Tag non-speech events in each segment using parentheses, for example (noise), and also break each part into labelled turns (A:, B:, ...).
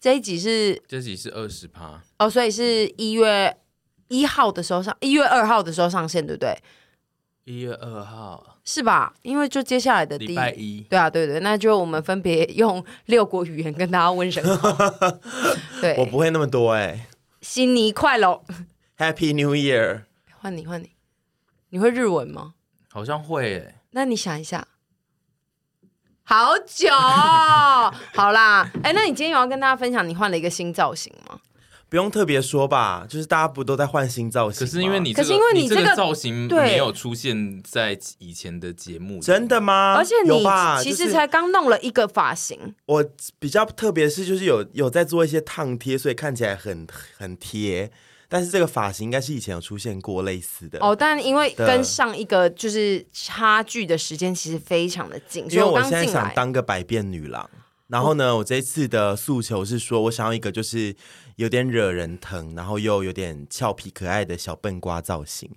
A: 这一集是
B: 这集是二十趴，
A: 哦，所以是一月一号的时候上，一月二号的时候上线，对不对？
B: 一月二号，
A: 是吧？因为就接下来呃的第
B: 礼拜一。
A: 对啊，对对，那就我们分别用六国语言跟大家问声
C: (laughs)
A: 好。
C: 我
A: 对，
C: 不会那么多哎、
A: 新年快乐！
C: Happy New Year！
A: 换你，换你，你会日文吗？
B: 好像会欸诶、
A: 那你想一下，好
C: (laughs)
A: 久哦、好啦，哎，那你今天有要跟大家分享你换了一个新造型吗？
C: 不用特别说吧，就是大家不都在换新造型
B: 可
C: 吗？
B: 是因为你、这个，
A: 可是因为你
B: 这
A: 这个
B: 个造型
A: 对
B: 没有出现在以前的节目里，
C: 真的吗？
A: 而且
C: 啊有
A: 你
C: 吧？
A: 其
C: 就
A: 实
C: 是
A: 才刚弄了一个发型，
C: 我比较特别是就是有有在做一些烫贴，所以看起来很很贴。但是这个发型应该是以前有出现过类似的
A: 哦，但因为
C: 的
A: 跟上一个就是差距的时间其实非常的近，
C: 因
A: 所以
C: 为
A: 刚
C: 现在
A: 进
C: 想
A: 来，
C: 当个百变女郎。然后呢，我这一次的诉求是说，我想要一个就是有点惹人疼，然后又有点俏皮可爱的小笨瓜造型。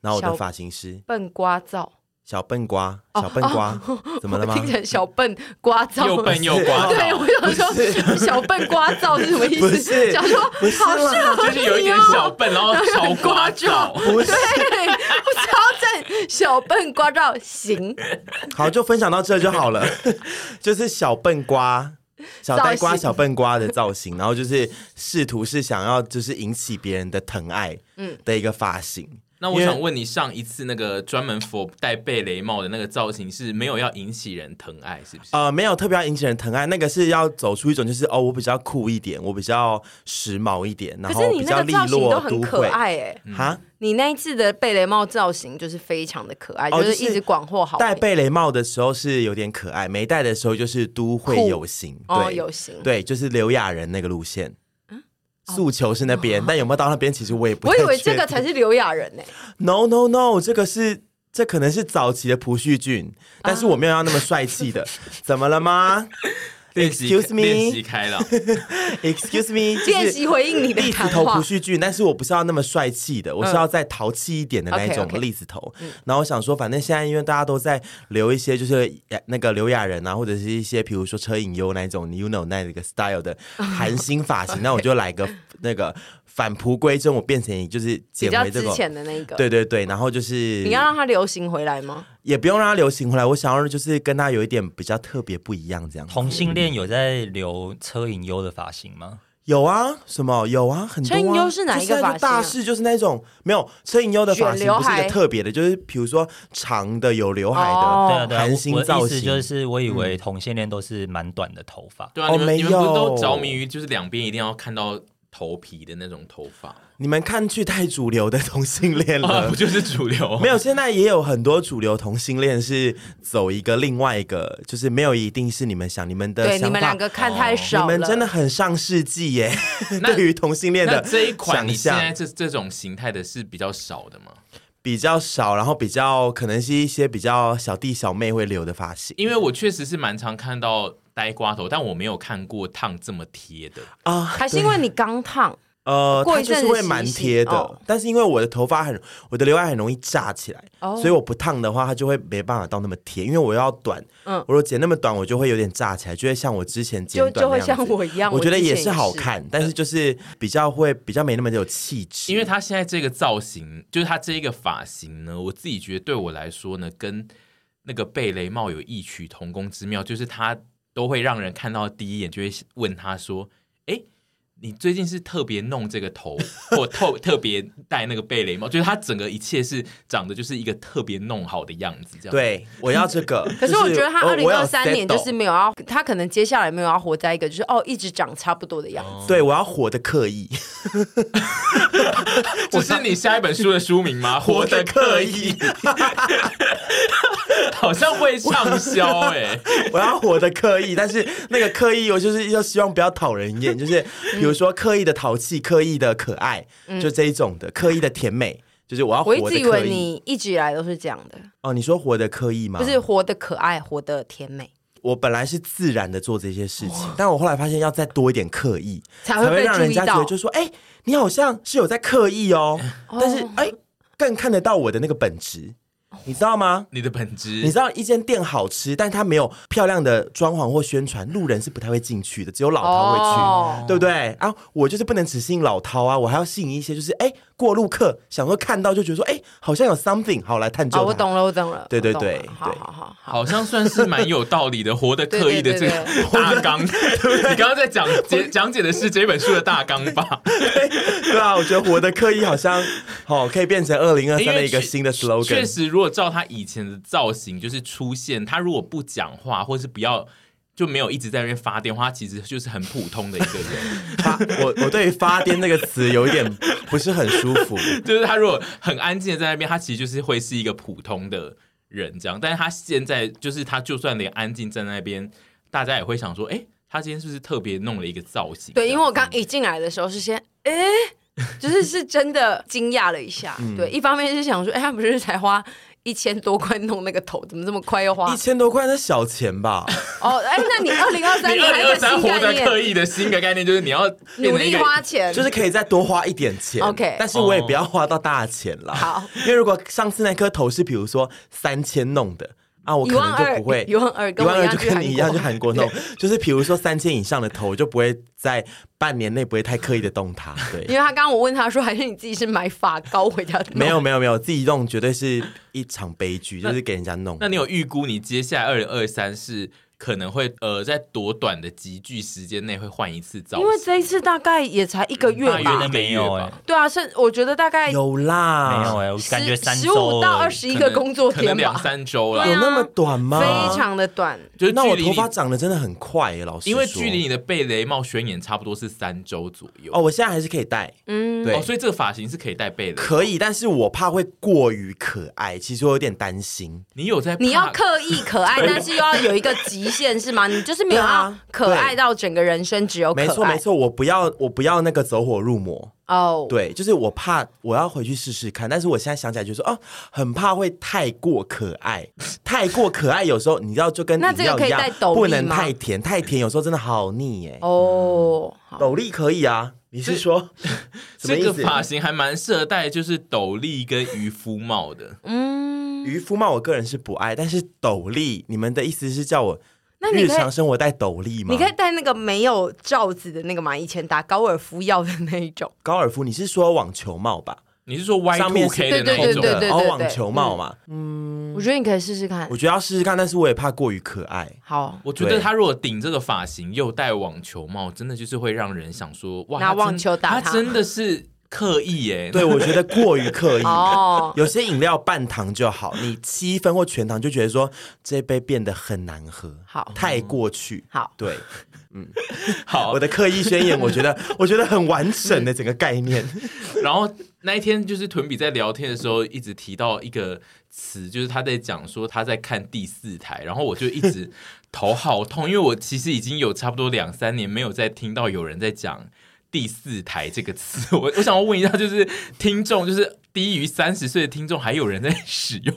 C: 然后我
A: 小
C: 的发型师
A: 笨瓜造，
C: 小笨瓜，小笨瓜，怎么了
A: 哦我
C: 吗？
A: 听成小笨瓜造，
B: 又笨又
A: (laughs)
B: 瓜
A: 对，
B: 燥，
A: 我想说小笨瓜造是什么意
C: 不
A: 思？
C: 是
A: 想说
C: 不是
A: 好
C: 啦
A: 适合
B: 就是有一点
A: 你哦
B: 小笨，然后超瓜燥。
C: 不是，
A: (laughs) 对，不知道在小笨瓜照行，
C: 好，就分享到这就好
A: (laughs)
C: 了。就是小笨瓜、小呆
A: 造
C: 瓜、
A: 型
C: 小笨瓜的造型，然后就是试图是想要就是引起别人的疼爱，嗯的一个发型。
B: 那我想问你，上一次那个专门 for 戴贝雷帽的那个造型是没有要引起人疼爱，是不是？
C: 呃，没有特别要引起人疼爱，那个是要走出一种就是哦，我比较酷一点，我比较时髦一点，然
A: 可是
C: 后
A: 你
C: 比较
A: 那个
C: 利
A: 造型都
C: 落
A: 很
C: 都
A: 可
C: 会。
A: 爱哎、
C: 哈，
A: 你那一次的贝雷帽造型就是非常的可爱，
C: 哦
A: 就是
C: 就是
A: 一直广获好
C: 戴
A: 评。
C: 贝雷帽的时候是有点可爱，没戴的时候就是都会
A: 酷
C: 有型，对，
A: 哦，有型。啊哦
C: 对，就是刘亚仁那个路线。诉求是那边，但有没有到那边，其实我也不
A: 我
C: 太
A: 以为
C: 确
A: 这个
C: 定
A: 才是刘亚仁呢、欸
C: No No No，这个是这可能是早期的朴叙俊，但是我没有要那么帅气的，怎么了吗
B: 啊 (laughs) 练习
C: Excuse me
B: 练习开朗，
C: ？Excuse me，就
A: 练
C: 是
A: 习回应你的
C: 栗子
A: 谈
C: 头
A: 话嗯
C: 朴。叙俊，但是我不是要那么帅气的，我是要再淘气一点的那一
A: OK，OK 嗯
C: 种栗子头。然后我想说，反正现在因为大家都在留一些就是呃那个刘亚仁啊，或者是一些比如说车影优那一种 you know 那一个 style 的韩星
A: (laughs)
C: 发型，那我就来个那个返璞归真，我变成就是
A: 比
C: 捡
A: 较
C: 回这
A: 之
C: 个。
A: 前的那个，
C: 对对对，然后就是
A: 你要让它流行回来吗？
C: 也不用让它流行回来，我想要就是跟它有一点比较特别不一样这样。
D: 同性恋有在留车影优的发型吗？
C: 有啊，什么有啊，很多、啊。
A: 车银优是哪一个
C: 就是那
A: 发型啊
C: 大事就是那种没有车银优的发
A: 卷
C: 型
A: 刘
C: 不是一
A: 海
C: 个特别的，就是比如说长的有刘海的，
A: 哦
D: 对啊，对啊，
C: 韩
D: 我
C: 星
D: 我的
C: 造型嗯
D: 意思就是，我以为同性恋都是蛮短的头发。
B: 对啊，
C: 哦
B: 你们你们不是
C: 没有
B: 都着迷于就是两边一定要看到头皮的那种头发吗？
C: 你们看去太主流的同性恋
B: 啊，
C: 了
A: 哦
B: 不。就是主流？
C: (laughs) 没有，现在也有很多主流同性恋是走一个另外一个，就是没有一定是你们想你们的
A: 对，
C: 想法，哦
A: 你们两个看太少
C: 你
A: 了，
C: 们真的很上世纪耶。
B: 那
C: (laughs) 对于同性恋
B: 那
C: 的
B: 这一款你
C: 想
B: 现
C: 象
B: 在这这种形态的是比较少的吗？
C: 比较少，然后比较可能是一些比较小弟小妹会留的发型
B: 因为我确实是蛮常看到呆瓜头，但我没有看过烫这么贴的。
C: 啊。
A: 还是因为你刚烫
C: 呃，
A: 过
C: 它
A: 一
C: 就
A: 阵子
C: 是会蛮
A: 洗一洗
C: 贴的，
A: 哦
C: 但是因为我的头发很，我的刘海很容易炸起来，
A: 哦
C: 所以我不烫的话，它就会没办法到那么贴，因为我要短，
A: 嗯
C: 嗯，我如果剪那么短，我就会有点炸起来，就会像我之前剪
A: 就
C: 短
A: 就会
C: 那样
A: 像
C: 子
A: 我一样，
C: 我觉得
A: 之前也
C: 是好，看，但是就是比较会比较没那么有气质，
B: 因为他现在这个造型，就是他这一个发型呢，我自己觉得对我来说呢，跟那个贝雷帽有异曲同工之妙，就是他都会让人看到第一眼就会问他说：“哎，你最近是特别弄这个头，或特特别戴那个贝雷帽？”就是他整个一切是长得就是一个特别弄好的样子，这样。
C: 对我要这个
A: (laughs) (laughs) 可
C: 就是
A: 我觉得他二零
C: 我要
A: 二三年就是
C: settle
A: 没有要，他可能接下来没有要活在一个就是哦一直长差不多的样子。
C: 对我要活的刻意，
B: 这是你下一本书的书名
C: (laughs)
B: 吗？活得刻意，好像会畅销哎、
C: (laughs) 我要活得刻意，但是那个刻意，我就是要希望不要讨人厌，就是比如说刻意的淘气、刻意的可爱，就这一种的，刻意的甜美，就是我要活
A: 嗯我
C: 得
A: 一
C: 刻
A: 直以为
C: 意。
A: 你一直以来都是这样的，
C: 哦，你说活得刻意吗？
A: 不是，活得可爱，活得甜美，
C: 我本来是自然的做这些事情，但我后来发现要再多一点刻意，
A: 哦才
C: 才
A: 会被
C: 让
A: 注
C: 人
A: 意
C: 家觉
A: 到
C: 得。就说，哎、你好像是有在刻意哦，但是
A: 哦
C: 哎、更看得到我的那个本质。你知道吗？
B: (laughs) 你的本质，
C: 你知道一间店好吃，但它没有漂亮的装潢或宣传，路人是不太会进去的，只有老饕会去。
A: 哦
C: 对不对啊？我就是不能只吸引老饕啊，我还要吸引一些就是哎过路客，想说看到就觉得说哎好像有 something，好来探究、
A: 哦，我。懂了，我懂了，
C: 对对
A: 我懂了
C: 对
A: 好
C: 对
A: 好好好。
B: 好像算是蛮有道理的，活得刻意的这
A: 对 (laughs) 对
B: 个大纲。你刚刚在讲解讲解的是这本书的大纲
A: (laughs)
B: 吧？
C: (laughs) 对啊，我觉得我的刻意好像好、可以变成二零二
B: (laughs) 因
C: 三
B: 为
C: 的一个
B: 确
C: 新的
B: 确
C: slogan。
B: 实，如果照他以前的造型，就是出现他如果不讲话，或是不要就没有一直在那边发电话，他其实就是很普通的一
A: (laughs)
B: 个人。
C: 发我我对于“发癫”这个词有一点不是很舒
B: (laughs)
C: 服。
B: 就是他如果很安静的在那边，他其实就是会是一个普通的人这样。但是他现在就是他，就算连安静站在那边，大家也会想说，哎、他今天是不是特别弄了一个造型？
A: 对，因为我刚一进来的时候是先，哎、就是是真的惊讶了一下。
C: 嗯
A: 对，一方面是想说，哎、他不是才花一千多块弄那个头，怎么这么快又花
C: 一？千多块那小钱吧，
A: 哦，哎、那你二零二三
B: 你
A: 年
B: 二
A: 还
B: 零
A: 有
B: 二
A: 一个
B: 三
A: 新
B: 活
A: 概
B: 得刻
A: 念，
B: 意的新的概念就是你要变
A: 努
B: 成一
A: 力
B: 个
A: 花钱，
C: 就是可以再多花一
B: (laughs)
C: 点钱。
B: 哦
A: OK
C: 但是我也不要花到大钱啦。
A: 好，
C: 因为如果上次那颗头是比如说三千弄的啊，我
A: 一
C: 可
A: 万
C: 能就
A: 二
C: 不会，
A: 一万二，
C: 一
A: 跟我
C: 万
A: 一
C: 二
A: 样
C: 就
A: 去
C: 跟
A: 韩
C: 你一样去
A: 国。
C: 韩国弄，就是比如说三千以上的头，就不会在半年内不会太刻意的
A: (laughs)
C: 动它。
A: 因
C: 对，
A: 为他刚刚我问他说，还是你自己是买发膏回家弄
C: 没有没有没有，自己弄绝对是一场悲剧，就是给人家弄。
B: 那你有预估你接下来二零二三是可能会呃在多短的集聚时间内会换一次造
A: 因为
B: 型？
A: 这一次大概也才一个月
B: 大约
A: 吧
B: 一，个
D: 没
B: 月
D: 有
B: 吧
D: 哎
A: 对啊，是我觉得大概
C: 有啦，
D: 没有
A: 啊
D: 哎、我感觉
A: 十
D: 三
A: 十
D: 周
A: 五到
D: 而
A: 二
D: 已
A: 十一个工作
B: 可能
A: 天
B: 两
A: 吧，
B: 三周啦，
A: 对
C: 有
A: 啊
C: 那么短吗？
A: 非。常的短。
B: 就是
C: 那我
B: 距离
C: 头
B: 你
C: 发长得真的很快耶，老师
B: 因为距离你的贝雷帽宣言差不多是三周左右
C: 哦，我现在还是可以戴，
A: 嗯，
C: 对
B: 哦，所以这个发型是可以戴贝雷。
C: 可以，但是我怕会过于可爱，其实我有点担心。
B: 你有在怕
A: 你要刻意可爱，但是又要有一个极限，是吗？你就是没有要
C: 对啊
A: 可爱到整个人生只有可爱。
C: 没错没错，我不要我不要那个走火入魔。
A: 哦，
C: 对，就是我怕我要回去试试看，但是我现在想起来就说，哦，很怕会太过可爱，
A: (laughs)
C: 太过可爱，有时候你知道就跟
A: 那
C: 饮
A: 这个
C: 料
A: 可
C: 一
A: 以
C: 样
A: 带抖，
C: 不
A: 力
C: 能
A: 吗
C: 太甜，太甜有时候真的好腻耶。
A: 哦，好
C: 斗笠可以啊，你是
A: (laughs)
C: 说什么
B: 这
C: 意
B: 个
C: 思？
B: 发型还蛮适合戴，就是斗笠跟渔夫帽的。
A: 嗯，
C: 渔夫帽我个人是不爱，但是斗笠，你们的意思是叫我
A: 那你
C: 日
A: 可以
C: 常生活戴斗笠吗？
A: 你可以戴那个没有罩子的那个嘛，以前打高尔夫药的那一种。
C: 高尔夫，你是说网球帽吧？
B: 你是说 Y
C: 上
B: two
C: 面是
B: K 的那
A: 对
B: 一
A: 对
B: 种？
A: 对嗯对
C: 哦，
A: 对
C: 网球帽嘛，
A: 我觉得你可以试试看
C: 我。觉得要试试看，但是我也怕过于可爱。
A: 好，
B: 我觉得他如果顶这个发型又戴网球帽，真的就是会让人想说哇，
A: 拿
B: 他真
A: 网球打他
B: 他真的是刻意耶。
C: (laughs) 对，我觉得过于刻意。
A: (laughs) 哦，
C: 有些饮料半糖就好，你七分或全糖就觉得说这杯变得很难喝，
A: 好
C: 太过去。 (laughs)
A: 好
C: 对
B: (laughs) 好
C: 我，的刻意宣言，我觉
B: (laughs)
C: 得我觉得很完整的整 (laughs) 个概念。
B: 然后那一天就是屯比在聊天的时候，一直提到一个词，就是他在讲说他在看第四台，然后我就一直头好痛，因为我其实已经有差不多两三年没有再听到有人在讲第四台这个词。我我想要问一下，就是听众，就是低于三十岁的听众，还有人在使用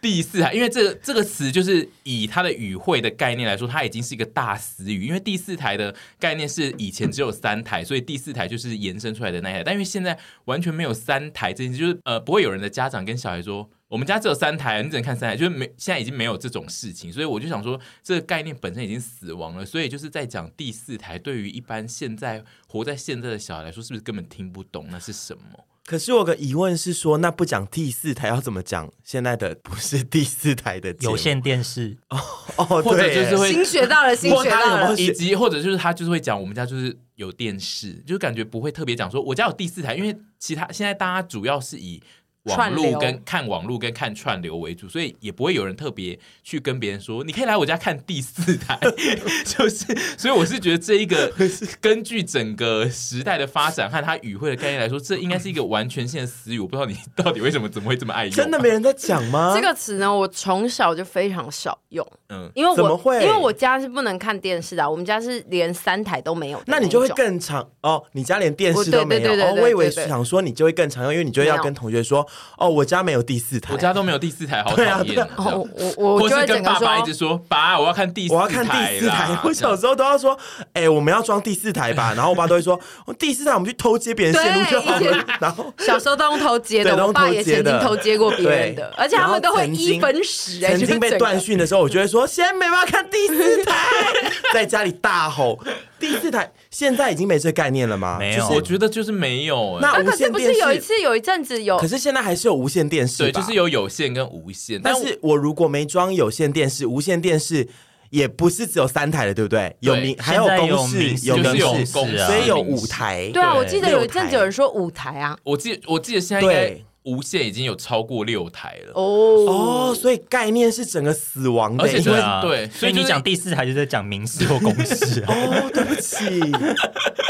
B: 第四台？因为这个这个词就是以它的语汇的概念来说，它已经是一个大词语。因为第四台的概念是以前只有三台，所以第四台就是延伸出来的那一台。但因为现在完全没有三台这件事，就是呃，不会有人的家长跟小孩说。我们家只有三台，你只能看三台，就是没现在已经没有这种事情，所以我就想说，这个概念本身已经死亡了，所以就是在讲第四台，对于一般现在活在现在的小孩来说，是不是根本听不懂那是什么？
C: 可是我有个疑问是说，那不讲第四台要怎么讲？现在的不是第四台的节目
D: 有线电视，
C: 哦，
B: 或者
C: 对耶
B: 就是会
A: 新学到了，新
B: 或
A: 学到
B: 他
A: 了。
B: 以及或者就是他就是会讲我们家就是有电视，就是感觉不会特别讲说我家有第四台，因为其他现在大家主要是以网
A: 串
B: 络
A: 流
B: 跟看网络跟看串流为主，所以也不会有人特别去跟别人说你可以来我家看第四
C: (laughs)
B: 台， (laughs) 就是所以我是觉得这一个根据整个时代的发展和它语汇的概念来说，这应该是一个完全性的死语，我不知道你到底为什么怎么会这么爱用，啊
C: 真的没人在讲吗？
A: 这个词呢，我从小就非常少用，
B: 嗯。
A: 因为
C: 怎么
A: 我
C: 会
A: 因为我家是不能看电视的啊，我们家是连三台都没有的
C: 啊那你
A: 一
C: 就会
A: 种
C: 更常哦，你家连电视都没有
A: 我对对对对对
C: 哦，我以为
A: 对对
C: 想说你就会更常用，因为你就要跟同学说哦，我家没有第四台，
B: 我家都没有第四台，好讨
C: 对啊
B: 厌哦。这
A: 哦
B: 样，
A: 我我我
B: 或
A: 就是会整
B: 跟
A: 个
B: 爸爸一直
A: 说，
B: 说：“爸，我要看第四台
C: 我
B: 啦，
C: 要看第四台。 (laughs) 我
B: 这样
C: 小时候都要说，哎、我们要装第四
B: (laughs)
C: 台吧。然后我爸都会说，哦第四台我们去偷接别人线路就好
A: 对以
C: 了。 (laughs) 然后
A: 小时候都用偷接的，
C: 对都
A: 我
C: 用
A: 爸
C: 偷
A: 也
C: 接
A: 曾经
C: 的
A: 偷接过别人的，
C: 对
A: 而且他们都会
C: 然后曾
A: 一
C: 经
A: 分十，哎
C: 曾
A: 就是
C: 经被
A: 整个
C: 断讯的时候，我就会说，现在没办法看第四台， (laughs) 在家里大吼第四台。现在已经没这概念了吗？
D: 没有
C: 就是
B: 我觉得就是没有。哎
C: 那
A: 啊，
C: 无
A: 可是
C: 线
A: 不
C: 电
A: 是有一
C: 视，
A: 次有一阵子有
C: 可是现在还是有无线电视
B: 对，
C: 吧？
B: 就是有有线跟无线，
C: 但
B: 我
C: 是我如果没装有线电视，无线电视也不是只有三台的，对不对？有
B: 对
C: 明还
D: 现在有
C: 公视
D: 民，视
B: 就是有
C: 明视，
B: 公
D: 视啊
C: 所以有五台。
A: 对啊，
B: 对
A: 我记得有一阵
C: 六
A: 子
C: 台
A: 有人说舞台啊，
B: 我记我记得现在应该
C: 对
B: 无线已经有超过六台了，
A: 哦
C: 哦，所以概念是整个死亡的，
B: 而且
C: 因
B: 对
C: 为
B: 啊对
D: 所
B: 所
D: 以
B: 以就是
D: 哎你讲第四台就是在讲民事或公事
C: (laughs)
D: 啊。
C: 哦，对不起，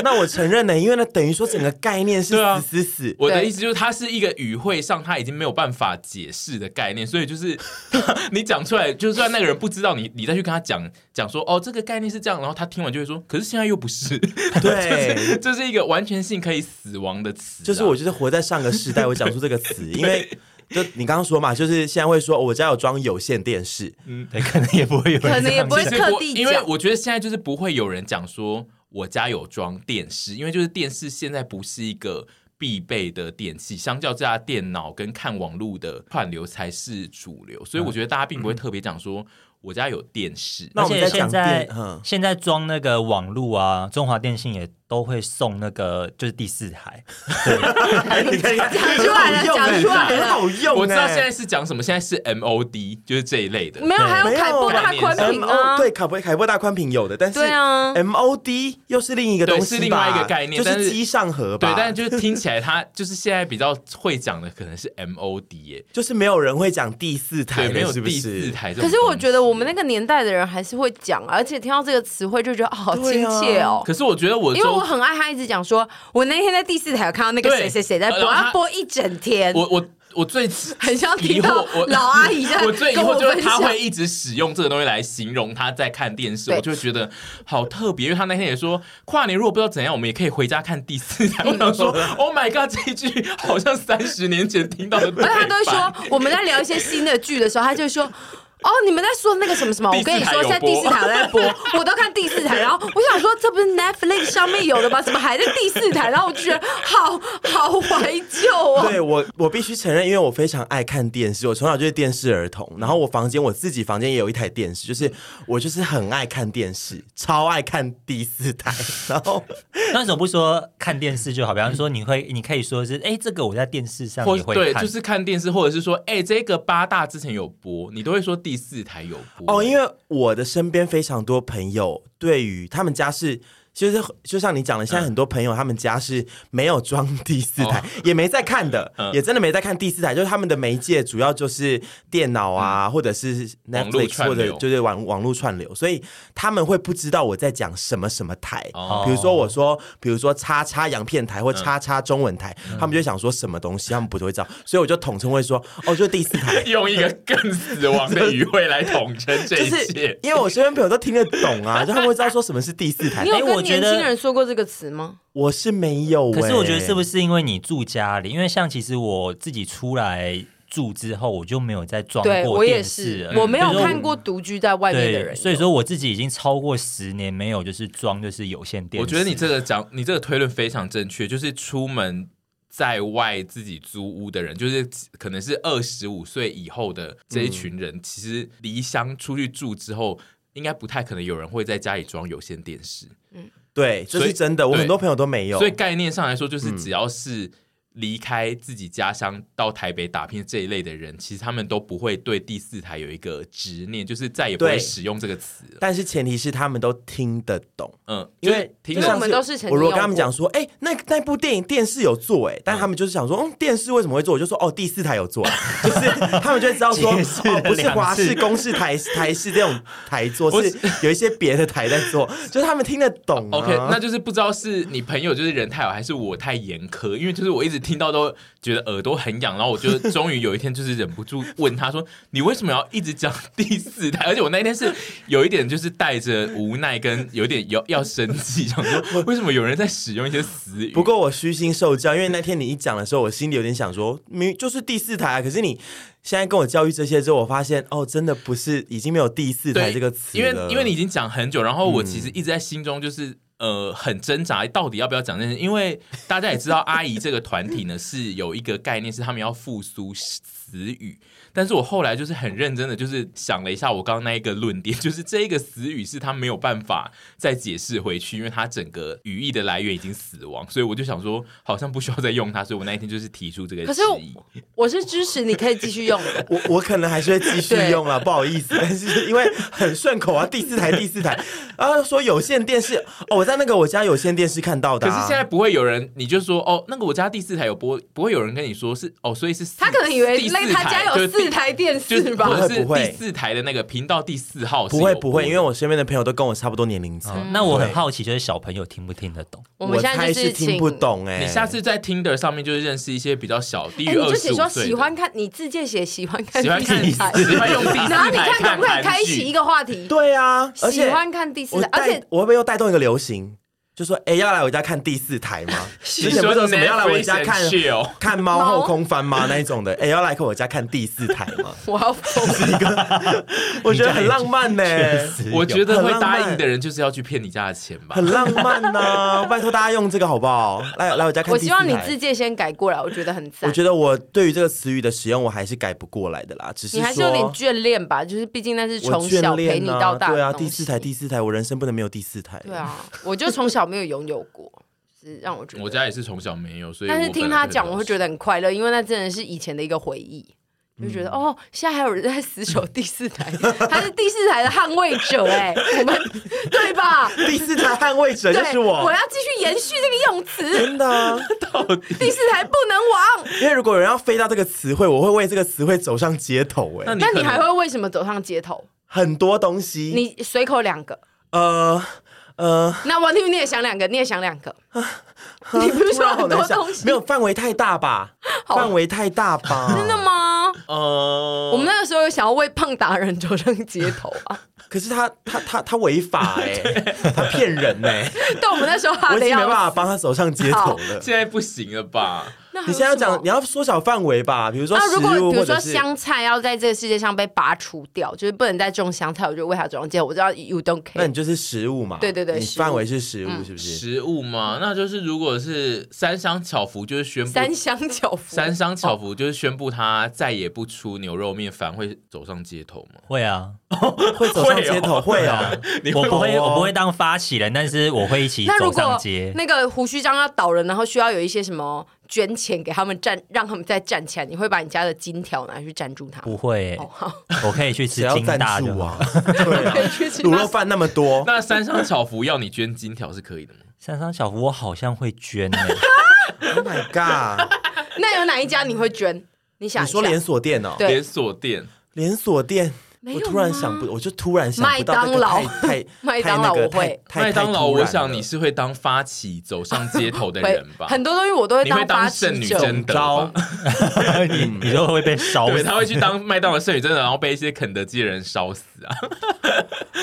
C: 那我承认了，因为呢，等于说整个概念是
B: 对啊
C: 死死死。
B: 我的
A: 对
B: 意思就是，它是一个语汇上，它已经没有办法解释的概念，所以就是 (laughs) 你讲出来，就算那个人不知道，你你再去跟他讲讲说，哦，这个概念是这样，然后他听完就会说，可是现在又不是， (laughs)
C: 对，
B: 这是一个完全性可以死亡的词啊、
C: 就是我就是活在上个世代，我讲出这个词，因
B: (laughs)
C: 为就你刚刚说嘛，就是现在会说、哦我家有装有线电视，
D: 对，可能也不会有人这样
A: 可能也不会
B: 其实
A: 特
B: 不
A: 地
B: 因为
A: 讲
B: 我觉得现在就是不会有人讲说我家有装电视，因为就是电视现在不是一个必备的电器，相较之下，电脑跟看网络的串流才是主流，所以
A: 嗯
B: 我觉得大家并不会特别讲说我家有电视。
C: 那
D: 而
C: 我们
D: 且
C: 再
D: 现
C: 讲
D: 在
C: 电嗯
D: 现在装那个网路啊，中华电信也都会送那个就是第四台，
C: 你看你看
A: 讲出来了
C: 很好用
A: 讲
C: 欸
A: 出来了
C: 很好用欸。
B: 我知道现在是讲什么，现在是 MOD，就是这一类的。
A: 没有，
D: 对
A: 还有
C: 没有
A: 凯波大宽屏
C: M
A: 啊
C: O，对凯博凯博大宽屏有的，但是
A: 对啊
C: M O D 又是另一个东西吧，
B: 对是另外一个概念
C: 就
B: 但是
C: 机上盒吧，
B: 对，但是就是听起来他就是现在比较会讲的可能是 MOD 耶、
C: 就是没有人会讲第四台
B: 对，
C: 了，
B: 没有
C: 是不
B: 第
C: 是
B: 四。台这种
A: 可是我觉
B: 东
A: 得
B: 西
A: 我们那个年代的人还是会讲，而且听到这个词汇就觉得哦好亲切哦。
B: 可是我觉得我
A: 因为
B: 周
A: 我很爱他一直讲说，我那天在第四台有看到那个
B: 对
A: 谁谁谁在播，
B: 然后他
A: 他播一整天，
B: (laughs) 我我我最
A: (laughs) 很像
B: 疑
A: 听到
B: 惑，我
A: 老阿姨在
B: (laughs) 我最疑
A: 跟我
B: 惑就是
A: 分
B: 他
A: 享。
B: 会一直使用这个东西来形容他在看电视，
A: 对
B: 我就觉得好特别。因为他那天也说，跨年如果不知道怎样，我们也可以回家看第四台。
A: 嗯
B: 我想说，Oh my god，这一句好像三十年前听到的对
A: 而
B: 白。
A: 且他都会说，我们在聊一些新的剧的时候，他就会说。哦，你们在说那个什么什么？我
B: 第四
A: 跟你
B: 台
A: 说，
B: 有
A: 现在第四台有在播，我都看第四台。然后我想说，这不是 Netflix 上面有的吗？怎么还在第四台？然后我就觉得好好怀旧哦。
C: 对我，我必须承认，因为我非常爱看电视，我从小就是电视儿童。然后我房间我自己房间也有一台电视，就是我就是很爱看电视，超爱看第四台。 (laughs) 然后
D: 那为什么不说看电视就好？比方说你会，你可以说是，哎、这个我在电视上
B: 或
D: 也会
B: 对，
D: 看，
B: 就是看电视，或者是说，哎、这个八大之前有播，你都会说第四台有播
C: 哦，因
B: 为
C: 为我的身边非常多朋友，对于他们家是。就是就像你讲的，现在很多朋友他们家是没有装 (laughs) 第四台，
B: 嗯哦
C: 也没在看的，
B: 嗯
C: 也真的没在看第四台。就是他们的媒介主要就是电脑啊，或者是
B: 嗯网络
C: Netflix，
B: 串
C: 或者
B: 流
C: 就是网网络串流，所以他们会不知道我在讲什么什么台。
B: 哦嗯
C: 比如说我说，比如说叉叉洋片台或叉叉中文台，他们就想说什么东西，他们不会知道，所以我就统称会说，哦，就第四台。
B: (laughs) 用一个更死亡的语汇来统称这
C: 就
B: 一
C: 是
B: 切。
C: 因为我身边朋友都听得懂
D: (laughs)
C: 啊，就他们会知道说什么是第四台
A: 你。有
D: 哎
A: 跟
D: 我觉
A: 年
D: 得
A: 轻人说过这个词吗？
C: 我是没有、欸，
D: 可是我觉得是不是因为你住家里？因为像其实我自己出来住之后，我就没有再装
A: 对
D: 过
A: 我也
D: 电视
A: 是
D: 了，，
A: 我没有
D: 所以说
A: 看过独居在外面的
D: 对，
A: 人，
D: 所以说我自己已经超过十年没有就是装就是有线电视。
B: 我觉得你这个讲，你这个推论非常正确，就是出门在外自己租屋的人，就是可能是二十五岁以后的这
C: 嗯
B: 一群人，其实离乡出去住之后。应该不太可能有人会在家里装有线电视，
C: 对，这是真的。
B: 所以
C: 我很多朋友都没有，嗯
B: 所以概念上来说，就是只要是离开自己家乡到台北打拼这一类的人，其实他们都不会对第四台有一个执念，就是再也不会
C: 对
B: 使用这个词了。
C: 但是前提是他们都听得懂。
B: 嗯，
C: 因
B: 就
C: 为
B: 是
A: 就
B: 听
A: 是
C: 像
A: 我们都是曾经
C: 我如果跟他
A: 用
C: 们
A: 过
C: 讲说，哎、那那部电影电视有做、哎，但他们就是想说，嗯，电视为什么会做？我就说，哦，第四台有做啊， (laughs) 就是他们就会知道说，
D: 解释
C: 哦，不是
D: 两次
C: 华视、公视、台 (laughs) 台视这种台做，
B: 我
C: 是有一些别的台在做，就是他们听得懂、啊。
B: OK，那就是不知道是你朋友就是人太好，还是我太严苛，因为就是我一直听到都觉得耳朵很痒，然后我就终于有一天就是忍不住问他说：“你为什么要一直讲第四胎？”而且我那天是有一点就是带着无奈跟有点要要生气，想说为什么有人在使用一些死语？
C: 不过我虚心受教，因为那天你一讲的时候，我心里有点想说，明就是第四台啊。可是你现在跟我教育这些之后，我发现哦，真的不是已经没有第四台
B: 对
C: 这个词嗯
B: 因为
C: 了。
B: 因为你已经讲很久，然后我其实一直在心中就是。呃，很挣扎，到底要不要讲这件事？因为大家也知道，阿姨这个团体呢是有一个概念，是他们要复苏词语。但是我后来就是很认真的，就是想了一下我刚刚那一个论点， (laughs) 就是这一个词语是他没有办法再解释回去，因为它整个语义的来源已经死亡，所以我就想说，好像不需要再用它，所以我那一天就是提出这个
A: 可
B: 质
A: 是
B: 疑。
A: 我是支持你可以继续用的 (laughs)
C: 我我可能还是会继续
A: 对
C: 用了，不好意思，但是因为很顺口啊，第四台第四台，然后说有线电视哦，我在那个我家有线电视看到的、
B: 可
C: 啊，
B: 是现在不会有人，你就说哦，那个我家第四台有播，不会有人跟你说是哦，所以是四
A: 他可能以为那
B: 第
A: 个他家有四台电
B: 就是第
A: 视
B: 就或
A: 吧？
B: 者
C: 不
B: 是
C: 会
B: 第四台的那个频道第四号是
C: 不
B: 有播
C: 会
B: 的，哦
C: 不会，因为我身边的朋友都跟我差不多年龄层，
D: 哦
A: 嗯
D: 那我很
C: 对
D: 好奇，就是小朋友听不听得懂？
A: 我们现在
C: 猜
A: 就是是
C: 听
A: 请
C: 不。懂哎、
B: 你下次在 Tinder 上面就是认识一些比较小低
A: 哎，
B: 于
A: 你
B: 二
A: 就
B: 十
A: 写
B: 五
A: 说
B: 岁的
A: 喜欢看，你自荐写喜欢看
B: 喜欢看
A: 第四台，
B: 喜欢用第四
A: 然后你
B: 台
A: 看可不可以
B: 韩
A: 开
B: 剧
A: 启一个话题？
C: 对啊，而
A: 喜
C: 且
A: 欢看第四
C: 我
A: 台，而且
C: 带我会不会又带动一个流行？就说哎、要来我家看第四台吗？之前不是有什么要来我家看 (laughs)
B: Netflix and chill
C: 看猫后空翻吗？那一种的，哎、要来我家看第四台
A: (laughs)
C: 吗？
A: 我要疯了
C: 我觉得很浪漫呢、
B: 我觉得会
C: 很浪
B: 答
C: 漫
B: 应的人就是要去骗你家的钱吧。
C: 很浪漫
A: (laughs)
C: 呐、拜托大家用这个好不好？来来我家看
A: 我
C: 第
A: 希
C: 四
A: (laughs)
C: 台。
A: 望你自荐先改过来，我觉得很
C: 我
A: 赞。
C: 觉得我对于这个词语的使用，我还是改不过来的啦。只是
A: 你还是有点
C: 说，
A: 眷恋吧，就是毕竟那是
C: 我
A: 从
C: 眷
A: 小陪
C: 恋
A: 你
C: 呐、
A: 到大的
C: 对啊，
A: 东西
C: 第四台，第四台，我人生不能没有第四台。
A: 对，啊，我就从小没有拥有过，就是让我觉得。
B: 我家也是从小没有，所以
A: 但是听他讲，我会觉
B: 得
A: 得很快乐，因为那真的是以前的一个回忆，就觉
C: 嗯
A: 得、哦，现在还有人在死守第四台，他是第四台的捍卫者哎、我们对吧？
C: 第四台捍卫者就
A: 对，
C: 是我，
A: 要继续延续这个用词，
C: 真的啊、
A: 第四台不能亡。
C: (laughs) 因为如果有人要飞到这个词汇，我会为这个词汇走上街头、哎，
B: 那你
A: 那
B: 可
A: 你
B: 能
A: 还会为什么走上街头？
C: 很多东西，
A: 你随口两个，
C: 呃呃，
A: 那王天宇你也想两个，你也想两
C: (laughs)
A: 个， (laughs) 你不是
C: 突
A: 说
C: 然好
A: 很多
C: 难想
A: 东，西
C: 没有范围太大吧？
A: (laughs) 好
C: 范围太大吧？
A: (laughs) 真的？吗？
B: 呃，
A: 我们那个时候有想要为胖达人走上街头啊，
C: 可是他他他他违法哎、
A: (laughs)
C: (laughs) 他骗人哎、
A: 但我们那时候哈
C: 我已
A: 的
C: 经没
A: 要
C: 办法
A: 死。
C: 帮他走上街头了。
B: 现在不行了吧？
A: 那还
C: (laughs) 你
A: 有
C: 现在要
A: 什么
C: 讲，你要缩小范围吧，比如说
A: 那
C: 食
A: 如果
C: 物
A: 比
C: 或
A: 如
C: 者
A: 说
C: 是。
A: 香菜要在这个世界上被拔除掉，就是不能再种香菜，我就为它走上街头。我知道 you don't
C: 那你
A: care。
C: 就是食物嘛？
A: 对对对嗯
C: 你
A: 食物
C: 范围是食物，是不嗯是？
B: 食物嘛，那就是如果是三商巧福，就是宣布
A: 三香巧福，
B: 三商巧福就是宣布他再也不出牛肉面，反而会走上街头
C: (laughs)
B: 吗？
A: (laughs)
D: 会啊，
C: 会走上街
A: 哦
C: 头，会啊。
D: (laughs) 我不哦会，
C: 哦
D: 我不会当发起人，但是我会一起
A: (laughs) 那如
D: 走
A: 果
D: 上街。
A: 那个胡须章要倒了，然后需要有一些什么捐钱给他们站，让他们再站起来，你会把你家的金条拿去赞助他
D: 不
A: 们？
D: 会、
A: 哦，好，
D: 我可以去吃
C: 谁要
D: 金
C: 赞
D: 大
C: 助
A: (laughs)
D: 的。
C: 啊？对啊，卤肉饭那么多，
B: 那三商巧福要你捐金条是可以的吗？
D: 三商小福，我好像会
C: (laughs)
D: 捐呢、
C: Oh
A: (laughs)
C: my god！
A: 那有哪一家你会捐？你想
C: 你
A: 一
C: 说
A: 下，
C: 连锁店哦，
A: (laughs) 对
B: 连锁店
C: 连锁店，
A: 没有
C: 我
A: 吗
C: 突然想不，我就突然想不到
A: 麦当劳
C: 那个太太
A: (laughs) 麦当劳
C: 太那个
A: 我会
C: 太太
B: 麦当劳，
C: 太突然
B: 我
C: 了
B: 想你是会当发起走上街头
A: (laughs)
B: 的
A: 会
B: 人吧？
A: 很多东西我都会
B: 你会
A: 发
B: 当
A: 起
B: 圣女
A: 者，
B: 贞德吧？
D: 你 (laughs) 你就会被烧
B: 对，
D: 死。
B: 他会去当麦当劳剩女贞德，然后被一些肯德基的人烧死啊！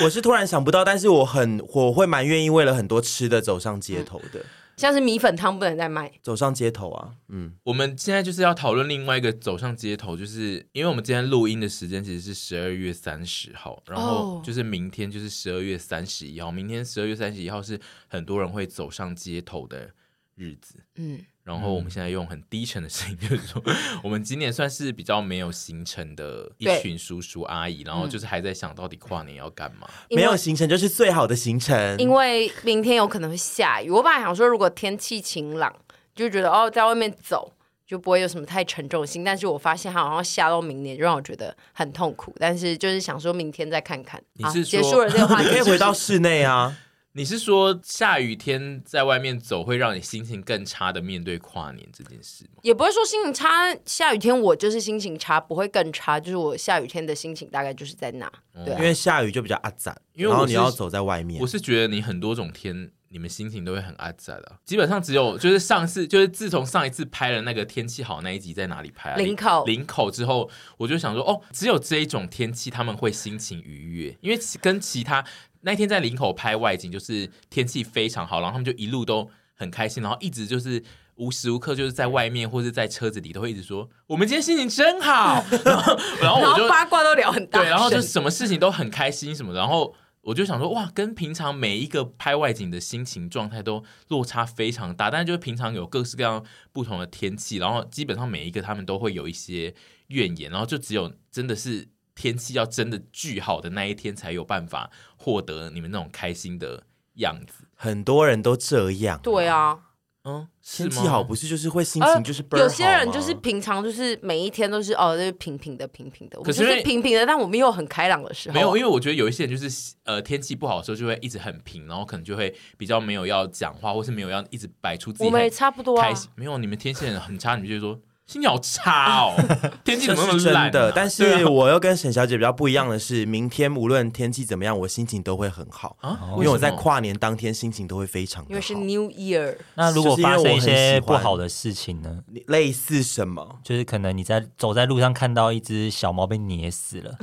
C: 我是突然想不到，但是我很我会蛮愿意为了很多吃的走上
A: 嗯
C: 街头的，
A: 像是米粉汤不能再卖，
C: 走上街头啊，嗯，
B: 我们现在就是要讨论另外一个走上街头，就是因为我们今天录音的时间其实是十二月三十号，然后
A: 哦
B: 就是明天就是十二月三十一号，明天十二月三十一号是很多人会走上街头的日子。
A: 嗯，
B: 然后我们现在用很低沉的声音， (laughs) 就是说，我们今年算是比较没有形成的一
A: 对嗯
B: 群叔叔阿姨，然后就是还在想到底跨年要干嘛。
A: 因
C: 没
A: 为
C: 有行程就是最好的行程，
A: 因为明天有可能会下雨。我本来想说，如果天气晴朗，就觉得哦，在外面走就不会有什么太沉重的心。但是我发现它好像下到明年，就让我觉得很痛苦。 (laughs) 但是就是想说明天再看看。
B: 你
A: 好
B: 是说
A: 结束 (laughs) 了这个话
C: 你
A: 题，
C: 可以
A: 是不
C: 回
A: 是
C: 到室内啊，
B: 你是说下雨天在外面走会让你心情更差的面对跨年这件事吗？
A: 也不会说心情差。下雨天我就是心情差，不会更差。就是我下雨天的心情大概 (laughs) 就是在那。对啊
C: 因为下雨就比较阿展，
B: 因为我
C: 然后
B: 是
C: 你要走在外面
B: 我，是觉得你很多种天你们心情都会很阿杂的啊。基本上只有就是上次，就是自从上一次拍了那个天气好那一集在哪里拍、啊？
A: 林口
B: 林口之后，我就想说，哦，只有这一种天气他们会心情愉悦，因为其跟其他那天在林口拍外景，就是天气非常好，然后他们就一路都很开心，然后一直就是。无时无刻就是在外面或是在车子里都会一直说，我们今天心情真好。然后，然后
A: 然
B: 我就
A: 后八卦都聊很大
B: 对，
A: 声，
B: 然后就是嗯什么事情都很开心什么的，然后我就想说，哇，跟平常每一个拍外景的心情状态都落差非常大，但是就是平常有各式各样不同的天气，然后基本上每一个他们都会有一些怨言，然后就只有真的是天气要真的巨好的那一天才有办法获得你们那种开心的样子，
C: 很多人都这样。
A: 对啊，
B: 嗯，是
C: 天
B: 吗
C: 气好不是就是会心
A: 呃
C: 情就是倍儿
A: 有些人
C: 好啊
A: 就是
C: 吗
A: 平常就是每一天都是哦，就是平平的平平的，我
B: 可
A: 们
B: 是
A: 就
B: 因
A: 是
B: 为
A: 平平的，但我们又很开朗的时候，
B: 没有，因为我觉得有一些人就是呃天气不好的时候就会一直很平，然后可能就会比较没有要讲话，或是没有要一直摆出自己
A: 我们
B: 很
A: 也差不多啊
B: 开。心没有，你们天气很差，你们就说心情好差
A: (laughs)
B: 哦，天气
C: 这
B: 怎么那么
C: 是真
B: 烂啊、
C: 的，但
B: 对啊
C: 是我又跟沈小姐比较不一样的是，明天无论天气怎么样，我心情都会很好，
B: 啊，
C: 因为我在
B: 什么
C: 跨年当天心情都会非常的好。
A: 因为是 New Year，
D: 那如果
C: 就是因为
D: 发生一
C: 我很喜欢
D: 些不好的事情呢？
C: 你类似什么，
D: 就是可能你在走在路上看到一只小猫被捏死了，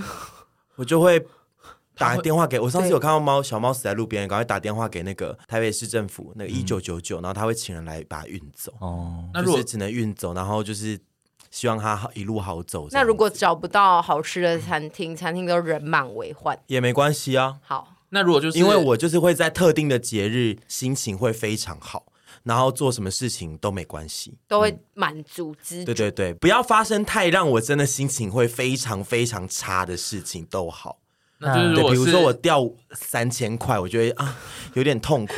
C: 我就会。打电话给我上次
A: 对
C: 有看到猫小猫死在路边，赶快打电话给那个台北市政府那
B: 嗯
C: 个一九九九，然后他会请人来把它运走，
D: 哦，
B: 那如
C: 就
B: 果
C: 是只能运走，然后就是希望它一路好走这
A: 那
C: 样。
A: 如果找不到好吃的餐厅，餐厅都人满为患，
C: 也没关系啊，
A: 好，
B: 那如果就是
C: 因为我就是会在特定的节日心情会非常好，然后做什么事情都没关系。
A: 都会满足之
C: 嗯对对对，不要发生太让我真的心情会非常非常差的事情都好。
B: 那就是如
C: 嗯对，
B: 果
C: 比
B: 是
C: 如说我掉三千块，我觉得啊有点痛苦，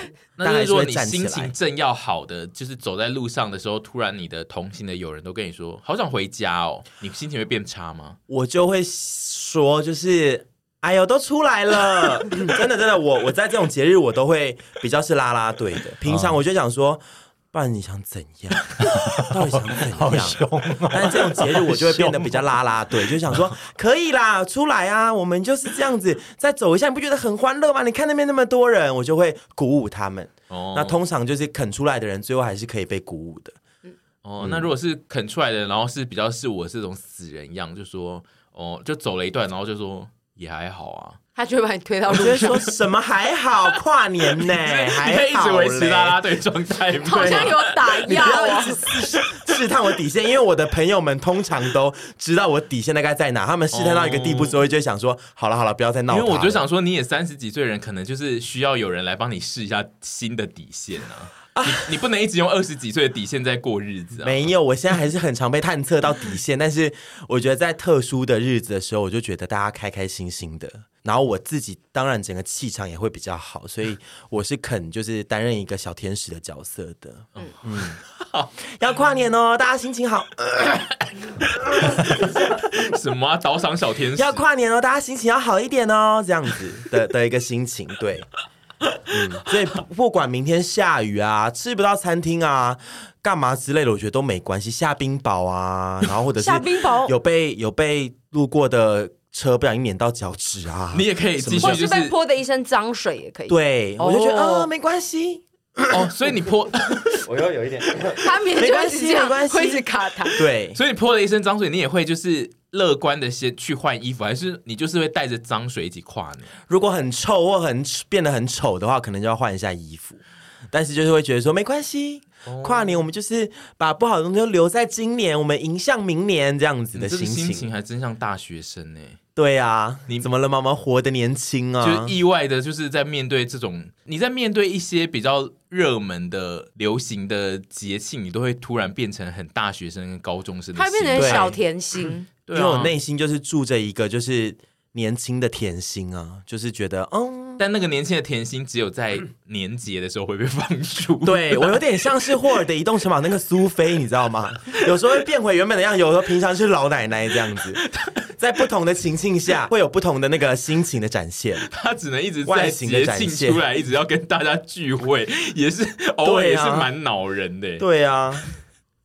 B: (laughs) 那就
C: 但还
B: 是
C: 是
B: 如果
C: 会
B: 你
C: 站起
B: 心情
C: 来。
B: 正要好的，就是走在路上的时候，突然你的同行的友人都跟你说好想回家哦，你心情会变差吗？
C: 我就会说，就是哎呦，都出
B: (laughs)
C: 来了，嗯真的真的，我我在这种节日我都会比较是拉拉队的，平
B: 啊
C: 常我就想说。不然你想怎
B: (laughs)
C: 样？到底想怎样？
D: 好凶哦！
C: (laughs) 但是这种节日我就会变得比较拉拉队，就
B: (laughs)
C: 想说可以啦，出来啊，我们就是这样子再走一下，你不觉得很欢乐吗？你看那边那么多人，我就会鼓舞他们。
B: 哦，
C: 那通常就是肯出来的人，最后还是可以被鼓舞的。
B: 哦，
C: 嗯
B: 那如果是啃出来的，然后是比较是我这种死人样，就说哦，就走了一段，然后就说也还好啊，
A: 他就会把你推到
C: 我
A: 路
C: 就会
A: 上，
C: 说什么还好，跨年
B: (laughs)
C: 呢、
B: 你可
C: 还
B: 以一
C: 好
B: 直维持
C: 嘞
B: 拉拉队状态吗，
A: 好像有打
C: 你
A: 药
C: 不要
A: 啊
C: 一。直试试探我底线，因为我的朋友们通常都知道我底线大概在哪，他们试探到一个地步之后，就会想说：好了好了，不要再闹。
B: 哦因为我就，想说，你也三十几岁人，可能就是需要有人来帮你试一下新的底线啊。你你不能一直用二十几岁的底线在过日子啊。
C: 没有，我现在还是很常被探测到底线，但是我觉得在特殊的日子的时候，我就觉得大家开开心心的，然后我自己当然整个气场也会比较好，所以我是肯就是担任一个小天使的角色的。嗯要跨年哦，大家心情好；
B: 什么啊，岛上小天使
C: 要跨年哦，大家心情要好一点哦，这样子 (laughs) 的的一个心情，对。嗯，所以不不管明天下雨啊，吃不到餐厅啊，干嘛之类的，我觉得都没关系。下冰雹
A: (laughs)
C: 啊，然后或者是
A: 下冰雹
C: 有被有被路过的车不小心碾到脚趾啊，
B: 你也可以继续
A: 或
B: 就是
A: 被泼的一身脏水也可以，
C: 对我就觉得
A: 哦
C: 啊、没关系，
B: 哦，所以你泼，。
C: 我又有一点
A: 他明天就会一直这
C: 没关
A: 样，
C: 系没关系
A: 会一直卡他。
C: 对
B: 所以你泼了一身脏水，你也会就是乐观的先去换衣服，还是你就是会带着脏水一起跨年？
C: 如果很臭或很变得很丑的话，可能就要换一下衣服。但是就是会觉得说没关系，跨年我们就是把不好的东西都留在今年，我们迎向明嗯年这样子
B: 你
C: 的
B: 这个
C: 心
B: 心
C: 情。
B: 情还真像大学生欸呢、
C: 对啊，
B: 你
C: 你怎么了，妈妈活得年轻啊
B: 就？意外的，就是在面对这种，你在面对一些比较热门的、流行的节庆，你都会突然变成很大学生跟高中生的
A: 他
B: 心
A: 变
B: 态，
A: 成小甜
C: (laughs)
A: 心，
C: 因
B: 对
C: 为
B: 啊
C: 我内心就是住着一个就是年轻的甜心啊，就是觉得嗯。
B: 但那个年轻的甜心只有在年节的时候会被放逐。
C: (laughs) 对我有点像是霍尔的移动城堡那个苏菲，你知道 (laughs) 吗？有时候会变回原本的样子，有时候平常是老奶奶这样 (laughs) 子，在不同的情境下会有不同的那个心情的展现。
B: (laughs) 他只能一直在
C: 外形的
B: 节
C: 展现
B: 庆
C: (laughs)
B: 出来，一直要跟大家聚会，也是偶尔
C: 对
B: 也是
C: 啊
B: 蛮恼人的。欸
C: 对啊，